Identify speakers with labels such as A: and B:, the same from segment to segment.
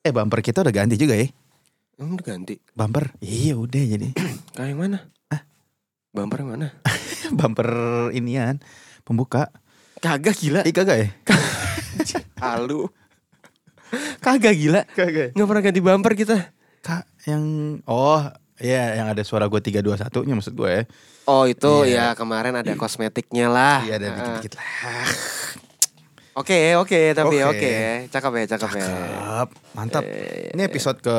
A: eh bumper kita udah ganti juga ya.
B: Emang udah ganti?
A: Bumper. Iya udah jadi.
B: Kayak yang mana? Bumper yang mana?
A: bumper inian pembuka.
B: Kagak gila.
A: Ih kagak ya?
B: Halu. Kagak gila.
A: Kagak.
B: Nggak pernah ganti bumper kita.
A: Kak yang oh Iya, yang ada suara gue 321-nya maksud gue ya.
B: Oh itu ya
A: Iya.
B: kemarin ada kosmetiknya lah.
A: Iya, ada
B: Ah.
A: dikit-dikit lah.
B: Oke oke tapi
A: Oke.
B: oke cakep ya cakep, ya.
A: Cakep, mantap.
B: Eh,
A: Ini episode ke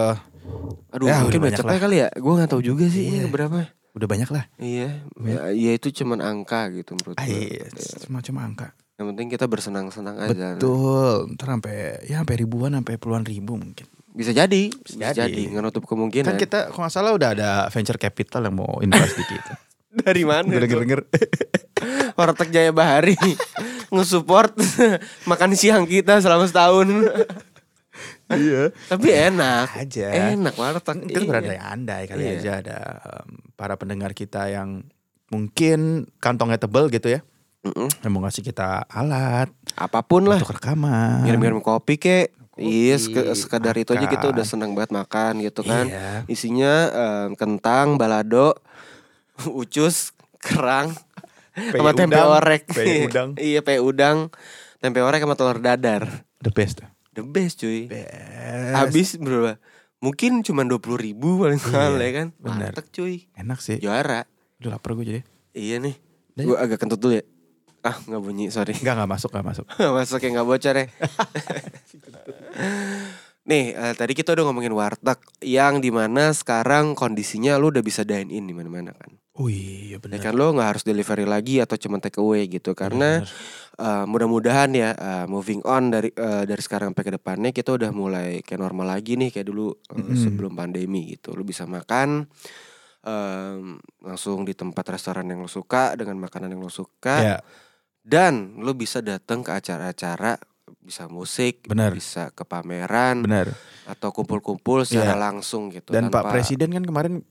B: Aduh
A: Ya,
B: mungkin
A: udah banyak
B: cepet
A: lah.
B: kali ya. Gue nggak tahu juga sih
A: Iya.
B: ini berapa.
A: udah banyak lah.
B: Iya, ya, ya itu cuman angka gitu menurut
A: Ah,
B: gue.
A: iya, cuma-cuma angka.
B: Yang penting kita bersenang-senang aja.
A: Betul. Ntar sampai ya sampai ribuan, sampai puluhan ribu mungkin.
B: Bisa jadi, bisa
A: jadi.
B: jadi. Nggak nutup kemungkinan.
A: Kan kita kalau nggak salah udah ada venture capital yang mau invest di kita.
B: dari mana?
A: Gue
B: tuh?
A: denger-denger.
B: Warteg Jaya Bahari ngesupport makan siang kita selama setahun.
A: Iya.
B: Tapi enak.
A: Aja.
B: Enak warteg.
A: Itu ya?
B: Iya.
A: berandai andai Kan, kali
B: Iya.
A: aja ada um, para pendengar kita yang mungkin kantongnya tebel gitu ya.
B: Mm-mm.
A: Yang mau ngasih kita alat
B: Apapun lah.
A: untuk rekaman.
B: Ngirim-ngirim kopi kek.
A: Kopi,
B: Iya, seke- sekedar itu aja kita
A: makan.
B: udah senang banget makan gitu kan.
A: Iya.
B: Isinya em, kentang, balado, ucus, kerang,
A: Peye
B: sama tempe
A: udang,
B: orek.
A: peye udang.
B: iya, peye udang, tempe orek sama telur dadar.
A: The best.
B: The best cuy.
A: Best.
B: Habis berapa? Mungkin cuma dua puluh ribu paling mahal ya kan?
A: bener.
B: Warteg cuy,
A: Enak sih.
B: juara.
A: Udah lapar gue jadi.
B: Iya nih.
A: Udah
B: Gue agak kentut dulu ya. Ah nggak bunyi sorry.
A: Enggak enggak masuk enggak masuk.
B: Masuk yang nggak bocor ya. Nih eh, tadi kita udah ngomongin warteg yang dimana sekarang kondisinya lu udah bisa dine in di mana-mana kan.
A: Oh
B: Ya
A: iya benar.
B: kan lo nggak harus delivery lagi atau cuma take away gitu karena eh, mudah-mudahan ya eh, moving on dari eh, dari sekarang sampai ke depannya kita udah mulai kayak normal lagi nih kayak dulu eh,
A: Mm-mm.
B: sebelum pandemi gitu. Lu bisa makan em, langsung di tempat restoran yang lo suka dengan makanan yang lo suka
A: Ya,
B: dan lu bisa datang ke acara-acara bisa musik,
A: Benar.
B: bisa ke pameran
A: benar. Ya.
B: atau kumpul-kumpul secara langsung gitu
A: Dan Pak
B: tanpa-
A: Presiden kan kemarin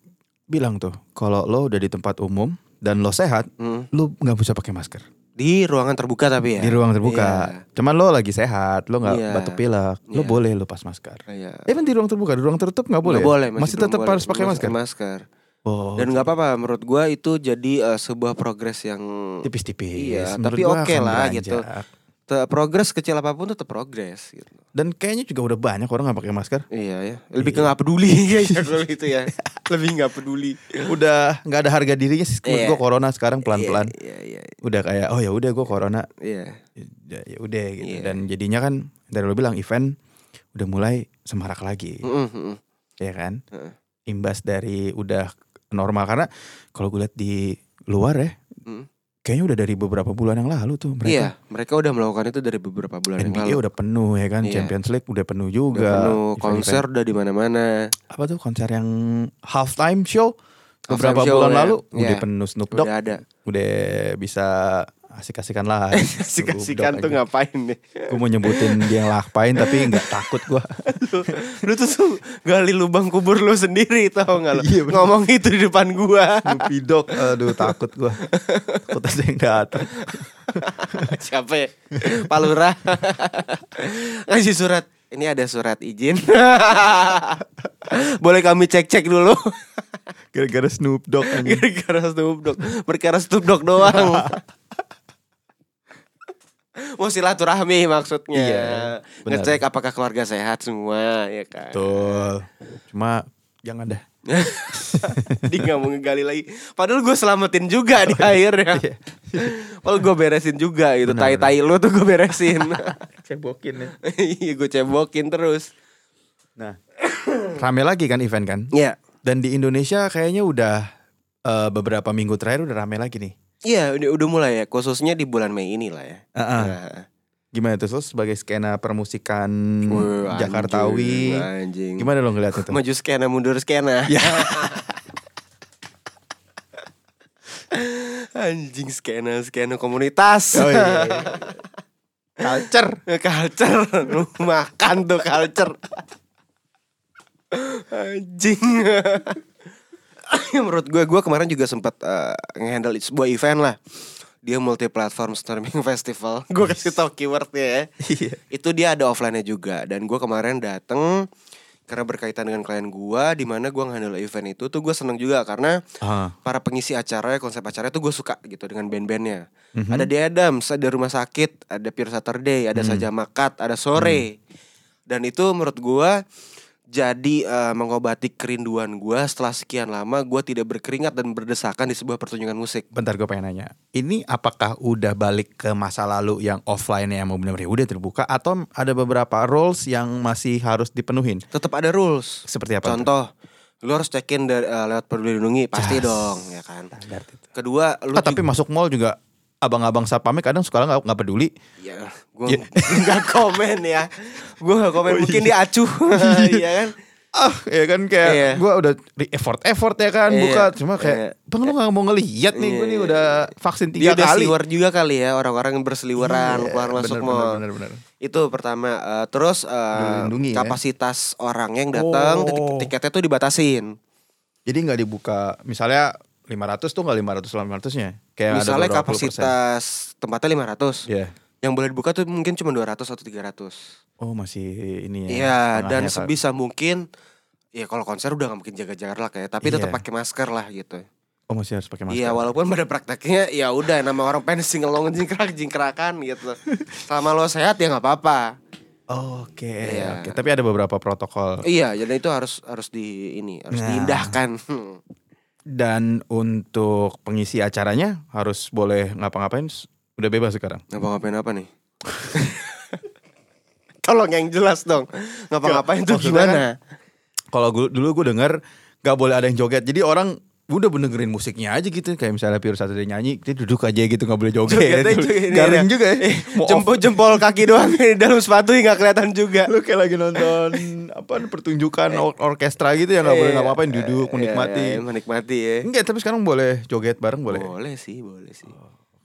A: bilang tuh, kalau lo udah di tempat umum dan lo sehat,
B: Hmm,
A: lo nggak bisa pakai masker
B: di ruangan terbuka tapi ya
A: di ruang terbuka.
B: Iya.
A: Cuman lo lagi sehat, lo nggak
B: Iya.
A: batuk pilek, lo
B: Iya.
A: boleh lo pas masker.
B: Iya.
A: Eh kan di ruang terbuka, di ruang tertutup nggak boleh.
B: Nggak
A: ya?
B: boleh
A: masih,
B: belum
A: tetap
B: boleh.
A: harus pakai
B: Masih
A: masker. Oh,
B: Dan nggak apa-apa menurut gua itu jadi eh, sebuah progres yang
A: tipis-tipis.
B: Iya,
A: Menurut
B: tapi
A: gua
B: oke
A: akan
B: lah
A: beranjak.
B: gitu. te- progres kecil apapun tetap progres gitu.
A: Dan kayaknya juga udah banyak orang nggak pakai masker.
B: Iya ya. Lebih ke nggak peduli kayaknya kalau itu ya. Lebih nggak peduli.
A: Udah nggak ada harga dirinya sih. Menurut
B: Iya.
A: gua corona sekarang pelan-pelan.
B: Iya iya
A: Udah kayak oh ya udah gua corona
B: iya.
A: ya ya udah gitu
B: Iya.
A: dan jadinya kan dari lo bilang event udah mulai semarak lagi
B: Mm, mm, mm.
A: ya kan
B: Heeh.
A: imbas dari udah normal karena kalau gue lihat di luar ya
B: Mm.
A: kayaknya udah dari beberapa bulan yang lalu tuh
B: Iya,
A: mereka
B: mereka udah melakukan itu dari beberapa bulan yang
A: NBA
B: lalu.
A: udah penuh ya kan
B: Iya.
A: Champions League udah penuh
B: Udah
A: juga
B: penuh
A: Event-event-
B: konser udah di mana-mana.
A: apa tuh konser yang halftime show beberapa
B: show,
A: bulan
B: ya.
A: lalu udah
B: Iya.
A: penuh Snoop Dogg
B: Udah ada.
A: udah bisa asik-asikan lah
B: Kasih-kasihan tuh ngapain nih?
A: gue mau nyebutin dia yang lakpain tapi nggak takut gue
B: lu, lu tuh su- gali lubang kubur lu sendiri tau gak lu
A: Iya, bener.
B: ngomong itu di depan gua
A: Lupidok, aduh takut gua. Takut ada yang datang.
B: siapa ya Pak Lurah ngasih surat ini ada surat izin boleh kami cek cek dulu
A: Hmm. Gara-gara Snoop Dogg anjing.
B: gara-gara Snoop Dogg perkara Snoop Dogg doang mau silaturahmi maksudnya
A: Iya, benar.
B: ngecek apakah keluarga sehat semua ya kan
A: Betul. Cuma jangan dah.
B: dia nggak mau ngegali lagi. Padahal gue selamatin juga di akhirnya.
A: Iya.
B: Padahal gue beresin juga gitu.
A: Benar,
B: Tai-tai lu tuh gue beresin.
A: Cebokin ya.
B: Iya gue cebokin terus.
A: Nah, rame lagi kan event kan?
B: Iya.
A: Dan di Indonesia kayaknya udah eh, beberapa minggu terakhir udah rame lagi nih.
B: Iya udah, udah mulai ya. Khususnya di bulan Mei ini lah ya.
A: Heeh.
B: Nah,
A: Gimana tuh Sos, sebagai skena permusikan
B: wuh,
A: Hmm, Jakartawi?
B: Anjing. anjing.
A: Gimana lo ngeliatnya tuh?
B: Maju skena mundur skena.
A: Ya.
B: anjing skena skena komunitas.
A: Oh, iya, iya, iya. Culture.
B: Eh, culture lu makan tuh culture anjing Ya, menurut gue gue kemarin juga sempat eh, ngehandle sebuah event lah dia multi platform streaming festival gue kasih tau keywordnya ya
A: Iya.
B: itu dia ada offline-nya juga dan gue kemarin dateng karena berkaitan dengan klien gua di mana gua ngehandle event itu tuh gua seneng juga karena
A: Ah,
B: para pengisi acara ya, konsep acaranya tuh gue suka gitu dengan band-bandnya
A: mhm.
B: ada di Adams ada rumah sakit ada Pure Saturday ada saja makat ada
A: Mhm.
B: sore dan itu menurut gua jadi eh, mengobati kerinduan gua setelah sekian lama gua tidak berkeringat dan berdesakan di sebuah pertunjukan musik
A: Bentar gue pengen nanya. Ini apakah udah balik ke masa lalu yang offline yang mau benar-benar udah terbuka atau ada beberapa roles yang masih harus dipenuhin?
B: tetap ada rules
A: Seperti apa? tuh?
B: contoh lu harus check in dari, eh, lewat peduli lindungi pasti
A: Jas.
B: dong ya kan
A: Standar itu.
B: kedua lu
A: Ah, tapi masuk mall juga abang-abang satpamnya kadang suka nggak nggak peduli.
B: Ya, gue
A: Iya.
B: nggak komen ya. Gue nggak komen.
A: Oh,
B: Mungkin dia acuh, iya kan?
A: Ah, ya kan kayak
B: Iya.
A: gua udah di effort effort ya kan
B: Iya.
A: buka cuma kayak bang lu nggak mau ngelihat nih gue
B: Iya,
A: nih
B: iya,
A: udah vaksin
B: Dia
A: tiga
B: udah
A: kali.
B: seliwer juga kali ya orang-orang yang berseliweran
A: Iya,
B: keluar masuk
A: bener,
B: mall.
A: bener, bener, bener.
B: Itu pertama. Eh, terus eh,
A: Dilindungi ya.
B: kapasitas orang yang datang tik-
A: Oh.
B: tiketnya tuh dibatasin.
A: Jadi nggak dibuka misalnya 500 tuh nggak 500 lah 500-nya. Kayak Ya, ada
B: Misalnya
A: beberapa puluh persen.
B: kapasitas tempatnya 500.
A: Iya.
B: Yang boleh dibuka tuh mungkin cuma 200 atau 300.
A: Oh masih ini ya.
B: Iya, dan
A: setengahnya, Kak.
B: sebisa mungkin ya kalau konser udah nggak mungkin jaga jarak ya, tapi tetap
A: Iya.
B: pakai masker lah gitu.
A: Oh masih harus pakai masker.
B: Iya walaupun pada prakteknya ya udah nama orang pengen singelong jingkrak jingkrakan gitu. Selama lo sehat ya nggak apa-apa.
A: Oke.
B: Iya.
A: oke. Tapi ada beberapa protokol
B: Iya jadi itu harus harus di ini harus
A: Nah.
B: diindahkan.
A: dan untuk pengisi acaranya harus boleh ngapa-ngapain s- udah bebas sekarang.
B: Ngapa ngapain apa nih? Tolong yang jelas dong. Ngapa ngapain tuh
A: Maksudnya kan-
B: gimana?
A: Kalau gua- dulu gue denger nggak boleh ada yang joget. Jadi orang udah dengerin musiknya aja gitu kayak misalnya Pure Saturday nyanyi dia duduk aja gitu nggak boleh joget,
B: Jogetnya juga ini
A: garing
B: ya.
A: juga ya Mau off.
B: Jempol jempol kaki doang di dalam sepatu nggak kelihatan juga.
A: lu kayak lagi nonton apa pertunjukan or- orkestra gitu ya nggak boleh
B: Iya.
A: ngapa-ngapain duduk
B: Iya,
A: menikmati
B: iya, menikmati ya.
A: enggak tapi sekarang boleh joget bareng boleh Oh.
B: Boleh sih, boleh sih.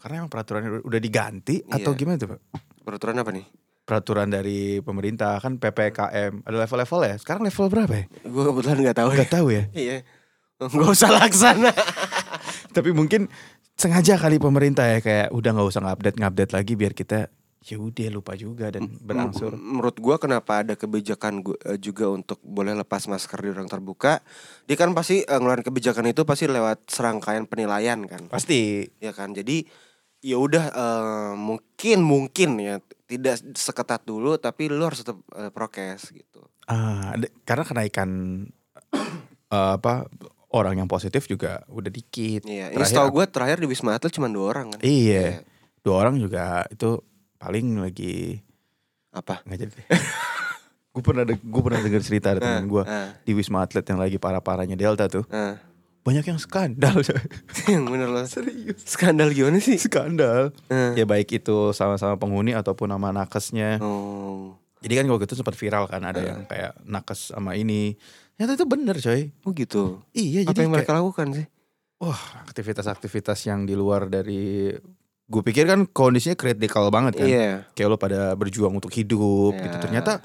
A: karena emang peraturannya udah diganti atau
B: Iya.
A: gimana tuh pak
B: Peraturan apa nih?
A: peraturan dari pemerintah kan ppkm ada level-level ya sekarang level berapa ya
B: Gue kebetulan nggak tahu.
A: nggak tahu ya
B: Iya. Gak usah laksana.
A: tapi mungkin sengaja kali pemerintah ya kayak udah nggak usah ngupdate ngupdate lagi biar kita ya udah lupa juga dan
B: Mm.
A: berangsur
B: M- Menurut gua kenapa ada kebijakan gua, eh, juga untuk boleh lepas masker di ruang terbuka? Dia kan pasti eh, ngeluarin kebijakan itu pasti lewat serangkaian penilaian kan.
A: pasti
B: Ya kan. Jadi ya udah eh, mungkin mungkin ya tidak seketat dulu tapi lu harus tetap eh, prokes gitu.
A: ah ada- karena kenaikan eh, apa orang yang positif juga udah dikit
B: Iya, ini
A: Terakhir
B: setahu gua terakhir di Wisma Atlet cuma dua orang kan.
A: Iya. Dua orang juga itu paling lagi
B: Apa?
A: nggak jadi. gue pernah de- gue pernah dengar cerita dari teman gue
B: eh.
A: di Wisma Atlet yang lagi parah-parahnya Delta tuh.
B: Nah,
A: Banyak yang skandal.
B: yang bener loh. Serius. Skandal gimana sih?
A: skandal.
B: Eh.
A: Ya baik itu sama-sama penghuni ataupun sama nakesnya.
B: Oh.
A: Jadi kan kalau gitu sempat viral kan ada yang kayak nakes sama ini. Ternyata itu bener coy.
B: Oh gitu.
A: Iya
B: Apa
A: jadi
B: yang
A: kayak,
B: mereka lakukan sih?
A: wah aktivitas-aktivitas yang di luar dari gue pikir kan kondisinya kritikal banget kan.
B: Iya.
A: kayak lo pada berjuang untuk hidup
B: Ya.
A: gitu ternyata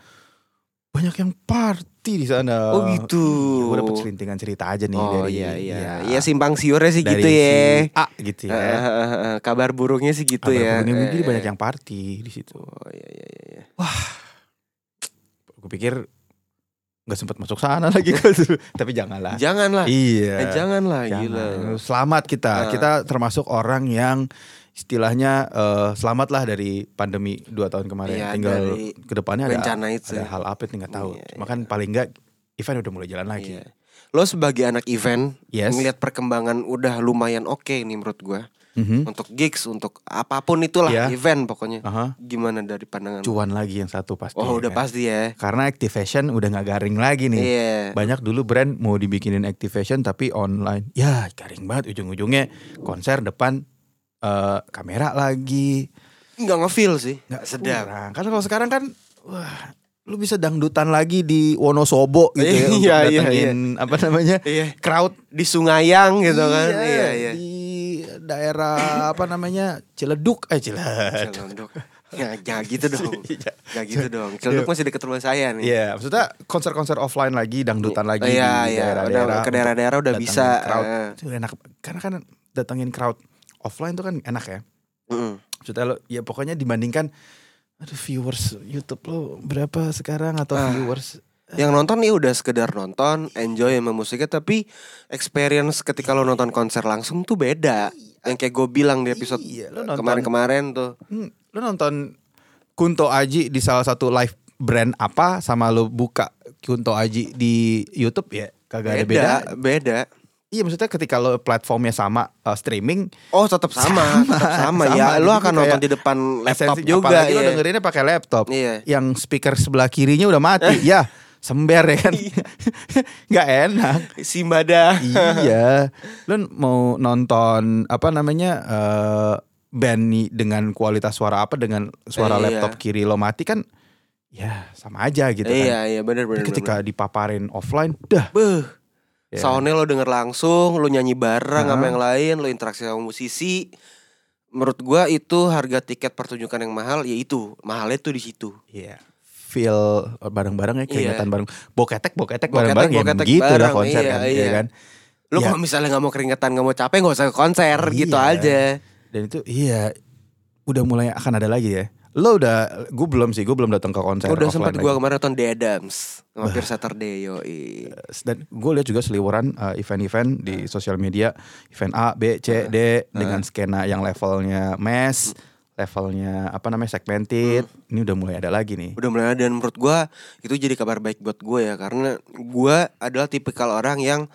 A: banyak yang party di sana
B: Oh, gitu.
A: Iya, gue dapet selintingan cerita aja nih
B: oh
A: dari
B: iya
A: ya,
B: iya. Iya simpang siurnya sih
A: dari
B: gitu
A: si
B: ya.
A: A gitu ya
B: Eh, eh, eh, eh, kabar burungnya sih gitu
A: Kabar
B: ya.
A: burungnya
B: Eh,
A: begini
B: eh.
A: banyak yang party di situ
B: Oh iya iya iya. iya.
A: gue pikir nggak sempat masuk sana lagi kan tapi janganlah
B: Janganlah.
A: iya
B: Eh, janganlah
A: Jangan.
B: gila.
A: selamat kita
B: Ah.
A: kita termasuk orang yang istilahnya eh, selamatlah dari pandemi dua tahun kemarin
B: Iya,
A: tinggal
B: dari
A: kedepannya ada
B: Rencana itu.
A: ada hal apa itu nggak tahu.
B: Iya,
A: Cuma kan paling nggak event udah mulai jalan lagi.
B: Iya. Lo sebagai anak event
A: Yes.
B: ngelihat perkembangan udah lumayan oke nih menurut gua.
A: Mhm.
B: Untuk gigs, untuk apapun itulah
A: Iya.
B: event pokoknya.
A: Aha.
B: Gimana dari pandangan? lo?
A: Cuan lagi yang satu pasti.
B: Oh
A: ya
B: udah
A: kan?
B: pasti ya.
A: Karena activation udah nggak garing lagi nih.
B: Iya.
A: Banyak dulu brand mau dibikinin activation tapi online. Ya garing banget ujung-ujungnya konser depan eh, kamera lagi.
B: Nggak ngefeel sih.
A: Nggak
B: sedap.
A: kurang. Karena kalau sekarang kan wah lu bisa dangdutan lagi di Wonosobo gitu ya untuk
B: Iya, iya,
A: datengin apa namanya
B: Iya.
A: crowd
B: Di Sungayang gitu kan. Iya iya.
A: di daerah apa namanya Ciledug eh Ciledug
B: Ciledug. Ya, jangan gitu dong.
A: Iya.
B: Jangan gitu dong. Ciledug masih deket rumah saya nih.
A: Iya, maksudnya konser-konser offline lagi, dangdutan lagi
B: Iya,
A: di
B: iya.
A: daerah-daerah.
B: Udah, ke daerah-daerah udah
A: Datengin
B: bisa,
A: crowd.
B: eh.
A: Itu enak karena kan datengin crowd offline tuh kan enak ya.
B: Mm.
A: Maksudnya lo ya pokoknya dibandingkan aduh viewers YouTube lo berapa sekarang atau
B: Ah.
A: viewers
B: Yang nonton nih udah sekedar nonton, enjoy sama musiknya tapi experience ketika lo nonton konser langsung tuh beda. Yang kayak gue bilang di episode
A: Iya, lo nonton-
B: kemarin-kemarin tuh.
A: Hmm, lu nonton Kunto Aji di salah satu live brand apa sama lu buka Kunto Aji di YouTube ya kagak ada beda.
B: Beda, beda.
A: Iya maksudnya ketika lo platformnya sama uh, streaming
B: Oh, tetap sama, tetap sama.
A: Sama,
B: ya, lo akan
A: jadi kayak
B: nonton di depan laptop
A: esensi-
B: juga
A: apalagi lo
B: iya.
A: dengerinnya pakai laptop.
B: Iya.
A: Yang speaker sebelah kirinya udah mati. ya, sember ya kan.
B: Iya.
A: nggak enak.
B: Si Mbada.
A: iya. Lu mau nonton apa namanya eh band nih dengan kualitas suara apa dengan
B: Iya.
A: suara laptop kiri lo mati kan ya sama aja gitu
B: iya,
A: kan.
B: iya benar
A: Tapi
B: benar.
A: ketika dipaparin offline, dah.
B: beh,
A: Ya.
B: soundnya lo denger langsung, lo nyanyi bareng sama
A: Heeh.
B: yang lain, lo interaksi sama musisi. Menurut gua itu harga tiket pertunjukan yang mahal ya itu, mahalnya tuh di situ.
A: Iya. Feel bareng-bareng ya keringetan bareng. Boketek
B: Iya. Boketek,
A: boketek bareng-bareng ya
B: boketek
A: begitu dah
B: bareng,
A: konser
B: iya,
A: kan
B: iya.
A: ya kan.
B: Lo
A: Ya.
B: kalau misalnya nggak mau keringetan, nggak mau capek, nggak usah ke konser gitu
A: Iya.
B: aja.
A: Dan itu iya udah mulai akan ada lagi ya. Lo udah gue belum sih, gue belum datang ke konser
B: Udah
A: offline
B: sempat
A: lagi.
B: gua kemarin nonton The Adams, hampir Saturday yoi.
A: dan gue lihat juga seliweran uh, event-event di
B: Nah.
A: sosial media event A, B, C, D dengan skena yang levelnya mass, levelnya apa namanya segmented. Ini udah mulai ada lagi nih.
B: Hmm. Udah mulai ada, dan menurut gua itu jadi kabar baik buat gue ya karena gua adalah tipikal orang yang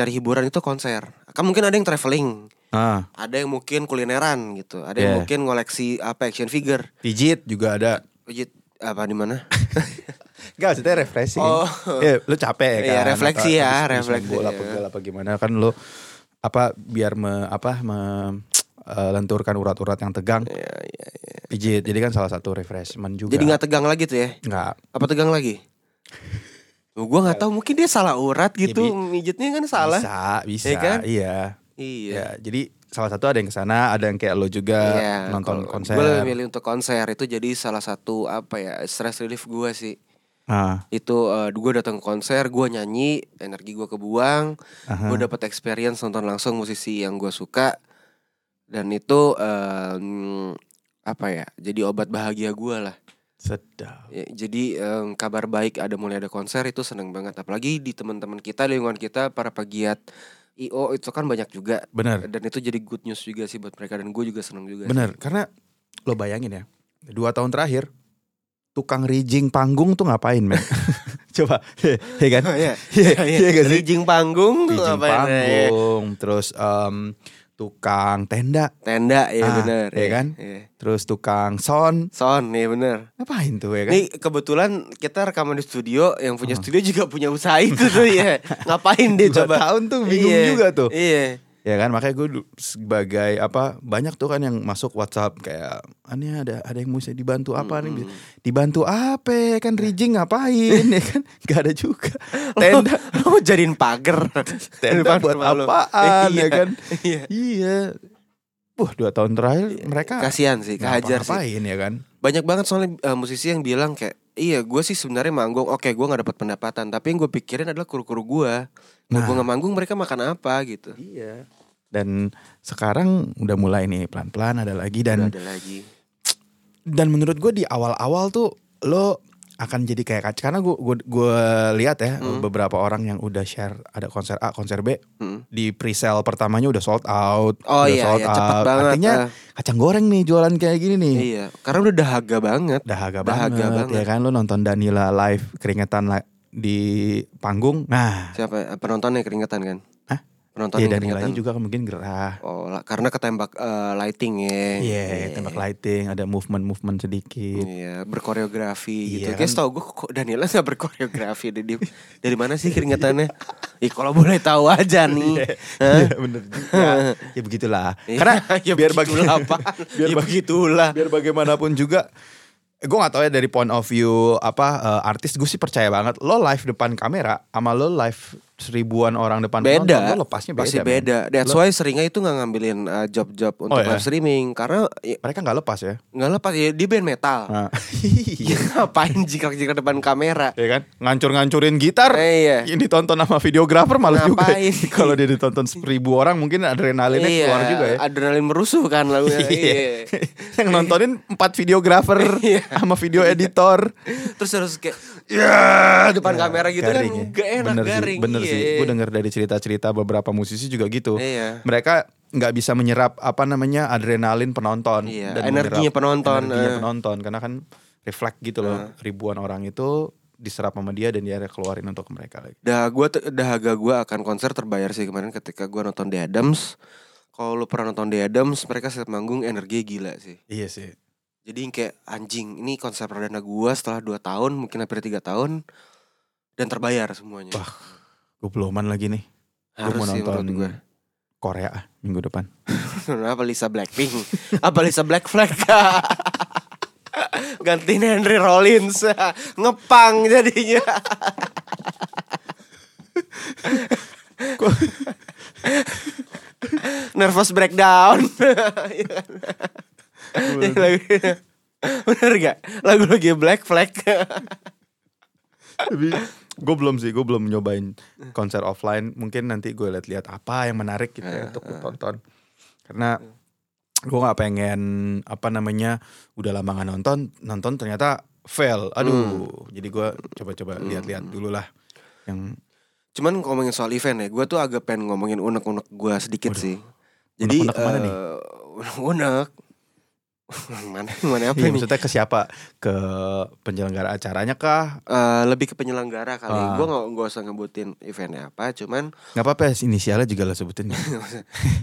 B: nyari hiburan itu konser. Kan mungkin ada yang traveling,
A: Ah,
B: ada yang mungkin kulineran gitu, ada yang
A: Yeah.
B: mungkin ngoleksi apa action figure.
A: pijit juga ada.
B: Wujud apa di mana?
A: Gak, maksudnya refreshing.
B: Oh.
A: Ya, lu capek ya kan?
B: Iya, refleksi ya,
A: Atau habis- habis main
B: refleksi,
A: Bola
B: iya.
A: pegel apa gimana kan lu apa biar me, apa me, eh, lenturkan urat-urat yang tegang.
B: ya, ya, ya.
A: Pijit. Jadi kan salah satu refreshment juga.
B: Jadi nggak tegang lagi tuh ya?
A: nggak
B: Apa tegang lagi? Oh, gua nggak tahu mungkin dia salah urat gitu,
A: Ya, bi-
B: mijitnya kan salah.
A: Bisa, bisa.
B: Ya kan?
A: Iya.
B: Iya.
A: Ya, jadi salah satu ada yang ke sana, ada yang kayak lo juga Ya, eh, nonton konser.
B: Gue Iya, lebih milih untuk konser itu jadi salah satu apa ya stress relief gua sih.
A: Ah,
B: Itu gue datang ke konser, gua nyanyi, energi gua kebuang,
A: aha.
B: gue dapat experience nonton langsung musisi yang gue suka dan itu em, apa ya jadi obat bahagia gue lah
A: sedap.
B: Ya, jadi em, kabar baik ada mulai ada konser itu seneng banget apalagi di teman-teman kita di lingkungan kita para pegiat io itu kan banyak juga
A: Bener,
B: dan itu jadi good news juga sih buat mereka dan gue juga seneng juga
A: bener. Karena lo bayangin ya, dua tahun terakhir tukang rijing panggung tuh ngapain, men? Coba, ya kan?
B: ya
A: Iya, iya gak sih?
B: Rijing panggung tuh
A: Rijing
B: ngapain? Iya.
A: panggung, terus em, tukang tenda,
B: tenda ya
A: Ah,
B: bener
A: iya kan?
B: Iya.
A: terus tukang sound,
B: sound ya bener
A: ngapain tuh ya kan?
B: Ini kebetulan kita rekaman di studio, yang punya studio juga punya usaha itu tuh ya. Ngapain dia
A: Dua
B: coba?
A: tahun tuh bingung
B: Iya,
A: juga tuh.
B: Iya.
A: ya kan makanya gue du- sebagai apa banyak tuh kan yang masuk WhatsApp kayak ini ada ada yang mesti dibantu apa nih dibantu apa ya kan rijing ngapain ya kan nggak ada juga tenda
B: Lo, lo jadiin pagar.
A: tenda
B: Pagar
A: buat
B: malu.
A: apaan ya
B: Iya,
A: kan
B: Iya.
A: iya wah dua tahun terakhir mereka
B: Kasihan sih, kehajar sih.
A: ngapain ya kan
B: Banyak banget soalnya eh, musisi yang bilang kayak Iya gue sih sebenarnya manggung Oke gue gak dapat pendapatan Tapi yang gue pikirin adalah kuru-kuru gue Nah
A: Nah.
B: gue gak manggung mereka makan apa gitu
A: iya dan sekarang udah mulai nih pelan pelan ada lagi
B: Udah
A: dan
B: ada lagi
A: dan menurut gue di awal-awal tuh lo akan jadi kayak kaca karena gue gue lihat ya beberapa orang yang udah share ada konser A konser B
B: Hmm.
A: di pre-sale pertamanya udah sold out
B: Oh
A: udah
B: iya,
A: sold
B: iya, cepet
A: out.
B: banget,
A: artinya
B: ah.
A: kacang goreng nih jualan kayak gini nih
B: Iya Karena udah dahaga banget
A: dahaga,
B: Dahaga
A: banget,
B: banget.
A: ya kan lo nonton Danila live keringetan la- di panggung nah
B: Siapa ya? penontonnya keringetan kan
A: Hah?
B: Penontonnya
A: ya
B: keringetan
A: Danilanya juga mungkin gerah
B: Oh, la- karena ketembak eh, lighting ya.
A: Iya, tembak lighting, ada movement-movement sedikit.
B: Iya, berkoreografi gitu.
A: Iya,
B: Guys, tau gue kok Daniela nggak berkoreografi dari dari mana sih keringetannya? Ih, kalau boleh tahu aja nih. Hah?
A: Iya, bener juga. ya begitulah. Karena
B: ya
A: biar bagi
B: begitulah apa?
A: biar
B: ya
A: bagi-
B: begitulah.
A: biar bagaimanapun juga gue gak tau ya dari point of view apa eh, artis gue sih percaya banget lo live depan kamera sama lo live seribuan orang depan penonton,
B: Beda.
A: lo lepasnya beda,
B: Pasti
A: men.
B: beda. That's
A: Lo-
B: why seringnya itu nggak ngambilin eh, job-job untuk
A: iya.
B: live streaming karena ya,
A: mereka nggak lepas ya
B: nggak lepas ya di band metal.
A: Nah.
B: Ya, ngapain jikrak-jikrak depan kamera?
A: ya kan ngancur-ngancurin gitar
B: Eh, iya.
A: yang ditonton sama videografer malah juga ya.
B: Ngapain? Iya.
A: kalau dia ditonton seribu orang mungkin adrenalinnya keluar juga ya
B: Adrenalin merusuh kan lagunya.
A: Iya.
B: Iya.
A: yang nontonin empat videografer
B: Iya.
A: sama video editor
B: Terus harus kayak ya depan kamera gitu
A: Iya, garing ya.
B: kan gak enak
A: bener
B: garing.
A: Sih, bener
B: iya.
A: sih. Gue denger dari cerita-cerita beberapa musisi juga gitu.
B: Iya.
A: Mereka nggak bisa menyerap apa namanya adrenalin penonton
B: Iya, energinya
A: menyerap
B: penonton,
A: energinya
B: eh.
A: penonton karena kan refleks gitu loh ribuan orang itu diserap sama dia dan dia keluarin untuk mereka lagi
B: Dah gua te- dahaga gua akan konser terbayar sih kemarin ketika gua nonton The Adams. Kalau lu pernah nonton The Adams, mereka setiap manggung energi gila sih.
A: iya sih
B: Jadi yang kayak anjing, ini konser perdana gua setelah 2 tahun, mungkin hampir 3 tahun dan terbayar semuanya.
A: Wah, gue beloman lagi nih gue
B: Harus
A: mau
B: sih
A: nonton
B: menurut gua.
A: Korea minggu depan
B: Apa Lisa Blackpink? Apa Lisa Black Flag? Gantiin Henry Rollins Ngepang jadinya Nervous breakdown Iya kan? Jadi lagunya- Bener gak? Lagu lagi Black Flag
A: Tapi gue belum sih, gue belum nyobain konser offline. Mungkin nanti gue lihat-lihat apa yang menarik gitu
B: Eh,
A: ya untuk gue tonton. Karena gue nggak pengen apa namanya udah lama nggak nonton, nonton ternyata fail. Aduh,
B: Hmm.
A: jadi gue coba-coba lihat-lihat dulu lah yang
B: Cuman ngomongin soal event ya, gue tuh agak pengen ngomongin unek-unek gue sedikit sih. Jadi
A: Unek-unek mana nih?
B: eh, Unek-unek. mana mana apa
A: Iya,
B: nih?
A: maksudnya ke siapa ke penyelenggara acaranya kah?
B: Eh, lebih ke penyelenggara kali.
A: Ah.
B: Gue nggak nggak usah ngebutin eventnya apa, cuman
A: Nggak apa-apa, inisialnya juga lah sebutin. ya.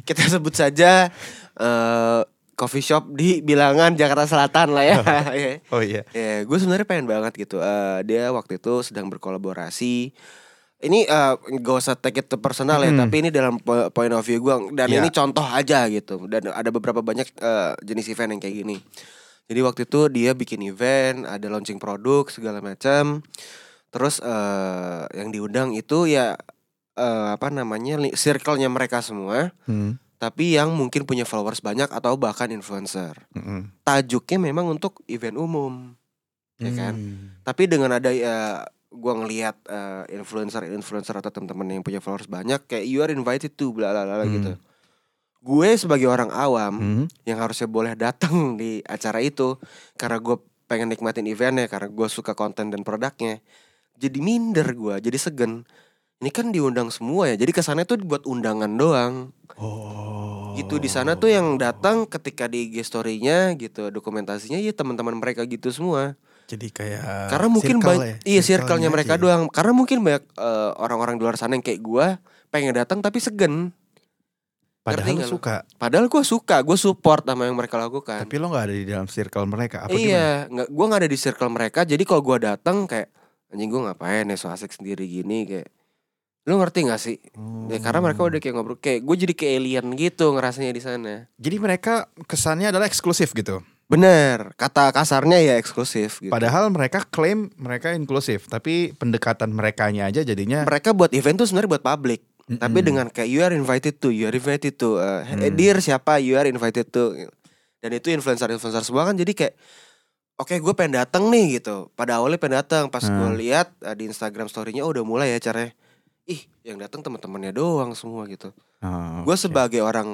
B: kita sebut saja eh coffee shop di Bilangan Jakarta Selatan lah ya. Iya.
A: oh iya.
B: Ya, gue sebenarnya pengen banget gitu. Eh, dia waktu itu sedang berkolaborasi. Ini eh, gak usah take it to personal ya, tapi ini dalam po- point of view gue dan
A: Iya.
B: ini contoh aja gitu. Dan ada beberapa banyak eh, jenis event yang kayak gini. Jadi waktu itu dia bikin event, ada launching produk segala macam. Terus eh, yang diundang itu ya eh, apa namanya li- circle-nya mereka semua,
A: Hmm,
B: tapi yang mungkin punya followers banyak atau bahkan influencer.
A: mm-mm.
B: Tajuknya memang untuk event umum ya kan?
A: Hmm.
B: Tapi dengan ada ya gua ngelihat eh, influencer-influencer atau teman-teman yang punya followers banyak kayak you are invited to bla bla bla bla
A: Hmm.
B: gitu. Gue sebagai orang awam
A: Hmm.
B: yang harusnya boleh datang di acara itu karena gue pengen nikmatin eventnya karena gue suka konten dan produknya. Jadi minder gua, jadi segen. Ini kan diundang semua ya. Jadi kesannya tuh buat undangan doang.
A: Oh.
B: Gitu di sana tuh yang datang ketika di IG story-nya gitu, dokumentasinya ya teman-teman mereka gitu semua.
A: Jadi kayak
B: Karena mungkin
A: Eh, circle
B: banyak,
A: ya,
B: iya circle-nya mereka
A: aja ya.
B: doang. Karena mungkin banyak eh, orang-orang di luar sana yang kayak gua pengen datang tapi segen.
A: Padahal
B: Ngerti
A: lu
B: nggak lu? Kan.
A: suka,
B: Padahal gua suka, gua support sama yang mereka lakukan.
A: tapi lo nggak ada di dalam circle mereka. Apa gimana?
B: iya, nggak, gua nggak ada di circle mereka. Jadi kalau gua datang kayak anjing gua ngapain ya so asik sendiri gini kayak. Lu ngerti gak sih? Ya, karena mereka
A: Hmm.
B: udah kayak ngobrol kayak gue jadi kayak alien gitu ngerasanya di sana.
A: Jadi mereka kesannya adalah eksklusif gitu.
B: Bener, kata kasarnya ya eksklusif gitu.
A: Padahal mereka klaim mereka inklusif, tapi pendekatan merekanya aja jadinya
B: mereka buat event tuh sebenarnya buat publik
A: Mm-mm.
B: tapi dengan kayak you are invited to you are invited to uh, eh,
A: Hmm.
B: dear siapa you are invited to dan itu influencer influencer semua kan jadi kayak oke gue pengen datang nih gitu pada awalnya pengen datang pas gue
A: Hmm.
B: lihat uh, di Instagram story-nya oh, udah mulai ya caranya ih yang datang teman-temannya doang semua gitu
A: Oh,
B: gue
A: oke.
B: sebagai orang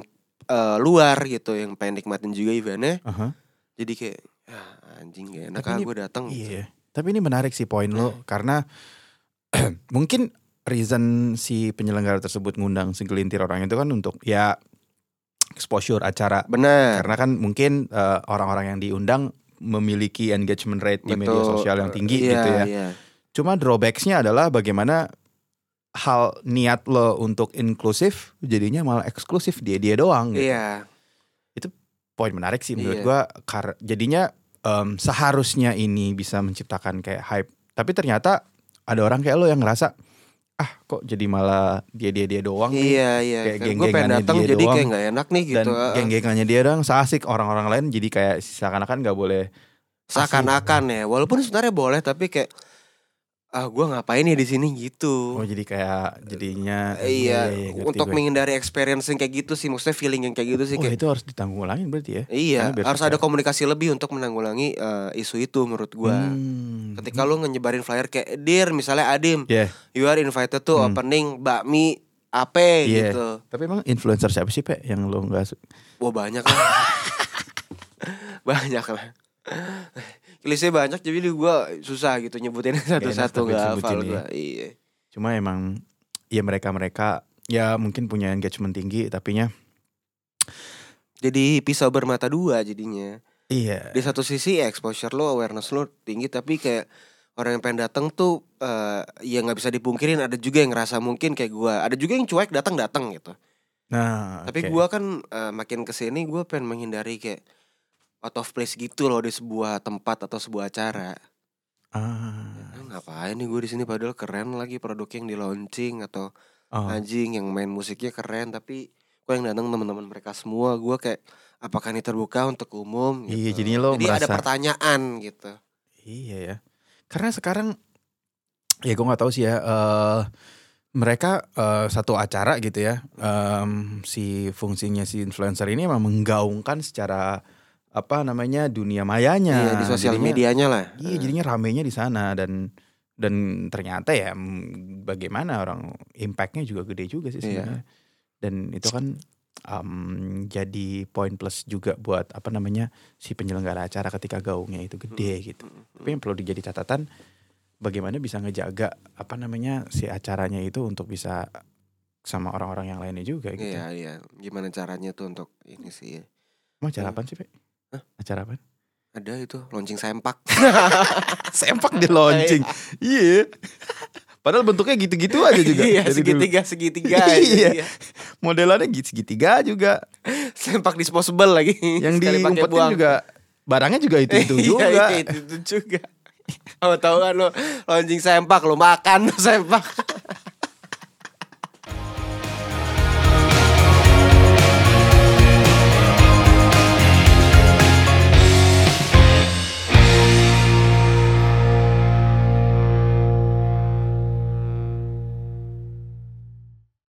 B: uh, luar gitu yang pengen nikmatin juga eventnya
A: Aha.
B: jadi kayak ah, anjing gak enak
A: Tapi
B: ah
A: ini-
B: gue datang gitu.
A: Iya. Tapi ini menarik sih poin
B: Iya.
A: lo karena mungkin reason si penyelenggara tersebut ngundang segelintir orang itu kan untuk ya exposure acara
B: benar
A: karena kan mungkin eh, orang-orang yang diundang memiliki engagement rate di media
B: betul.
A: sosial yang tinggi
B: Iya,
A: gitu ya.
B: iya.
A: Cuma drawbacksnya adalah bagaimana hal niat lo untuk inklusif jadinya malah eksklusif dia dia doang. Gitu.
B: iya
A: Poin menarik sih menurut
B: Iya.
A: gua. Kar- jadinya em, seharusnya ini bisa menciptakan kayak hype. Tapi ternyata ada orang kayak lo yang ngerasa ah kok jadi malah dia dia dia doang nih.
B: Iya iya.
A: Kayak
B: gue pengen
A: geng-gengannya
B: datang
A: dia
B: jadi
A: doang.
B: kayak nggak enak nih
A: Dan
B: gitu. Ah,
A: geng-gengannya dia doang seasik orang-orang lain jadi kayak seakan-akan nggak boleh
B: Seakan-akan ya. Walaupun sebenarnya boleh tapi kayak ah gue ngapain ya di sini gitu.
A: Oh jadi kayak jadinya
B: iya.
A: ngerti
B: untuk
A: gue.
B: menghindari experience yang kayak gitu sih, maksudnya feeling yang kayak gitu sih
A: Wah,
B: kayak.
A: itu harus ditanggung ulangin berarti ya.
B: Iya,
A: karena biar
B: harus
A: percaya.
B: ada komunikasi lebih untuk menanggulangi eh, isu itu menurut gue.
A: Hmm.
B: Ketika lu nyebarin flyer kayak Dear misalnya Adim,
A: Iya.
B: you are invited to
A: Hmm.
B: opening bakmi ape
A: Iya.
B: gitu.
A: Tapi emang influencer siapa sih Pe yang lo nggak su-
B: Wah banyak lah. banyak lah. listnya banyak jadi gue susah gitu nyebutin satu-satu
A: tapi
B: nggak hafal
A: sebutin
B: gue. Iya.
A: Cuma emang ya mereka-mereka ya mungkin punya engagement tinggi tapi nya
B: Jadi pisau bermata dua jadinya.
A: iya.
B: Di satu sisi exposure lo, awareness lo tinggi tapi kayak orang yang pengen datang tuh eh, ya nggak bisa dipungkirin ada juga yang ngerasa mungkin kayak gue ada juga yang cuek datang datang gitu
A: Nah,
B: tapi
A: oke.
B: gua kan eh, makin kesini gue pengen menghindari kayak out of place gitu loh di sebuah tempat atau sebuah acara
A: ah,
B: Ah, ngapain nih gue di sini padahal keren lagi produknya yang di launching atau
A: oh,
B: anjing yang main musiknya keren tapi gue yang datang teman-teman mereka semua gue kayak apakah ini terbuka untuk umum gitu.
A: Iya, jadinya lo
B: jadi ada
A: merasa-
B: pertanyaan gitu
A: Iya ya. Karena sekarang ya gue nggak tahu sih ya. eh, mereka eh, satu acara gitu ya. em, si fungsinya si influencer ini emang menggaungkan secara apa namanya dunia mayanya.
B: Iya, di sosial
A: Jadinya-
B: medianya lah
A: Iya, jadinya ramenya di sana dan dan ternyata ya mm, bagaimana orang impactnya juga gede juga
B: Iya.
A: sih sebenarnya. Dan itu kan um, jadi poin plus juga buat apa namanya si penyelenggara acara ketika gaungnya itu gede
B: Hmm.
A: gitu. Tapi yang perlu dijadi catatan bagaimana bisa ngejaga apa namanya si acaranya itu untuk bisa sama orang-orang yang lainnya juga gitu.
B: iya iya gimana caranya tuh untuk ini sih ya.
A: Emang acara
B: Iya.
A: apaan sih, Pe? Acara apa?
B: ada itu launching sempak
A: Sempak di launching. Iya. Padahal bentuknya gitu-gitu aja juga.
B: iya
A: Dari dulu.
B: segitiga segitiga
A: Iya.
B: iya.
A: Modelannya gitu segitiga juga.
B: sempak disposable lagi
A: Yang
B: Sekali pakai
A: diumpetin
B: buang.
A: Iya, juga barangnya juga itu-itu
B: Iya,
A: juga.
B: iya, itu, itu juga tahu tahu kan lo launching sempak lo makan lo sempak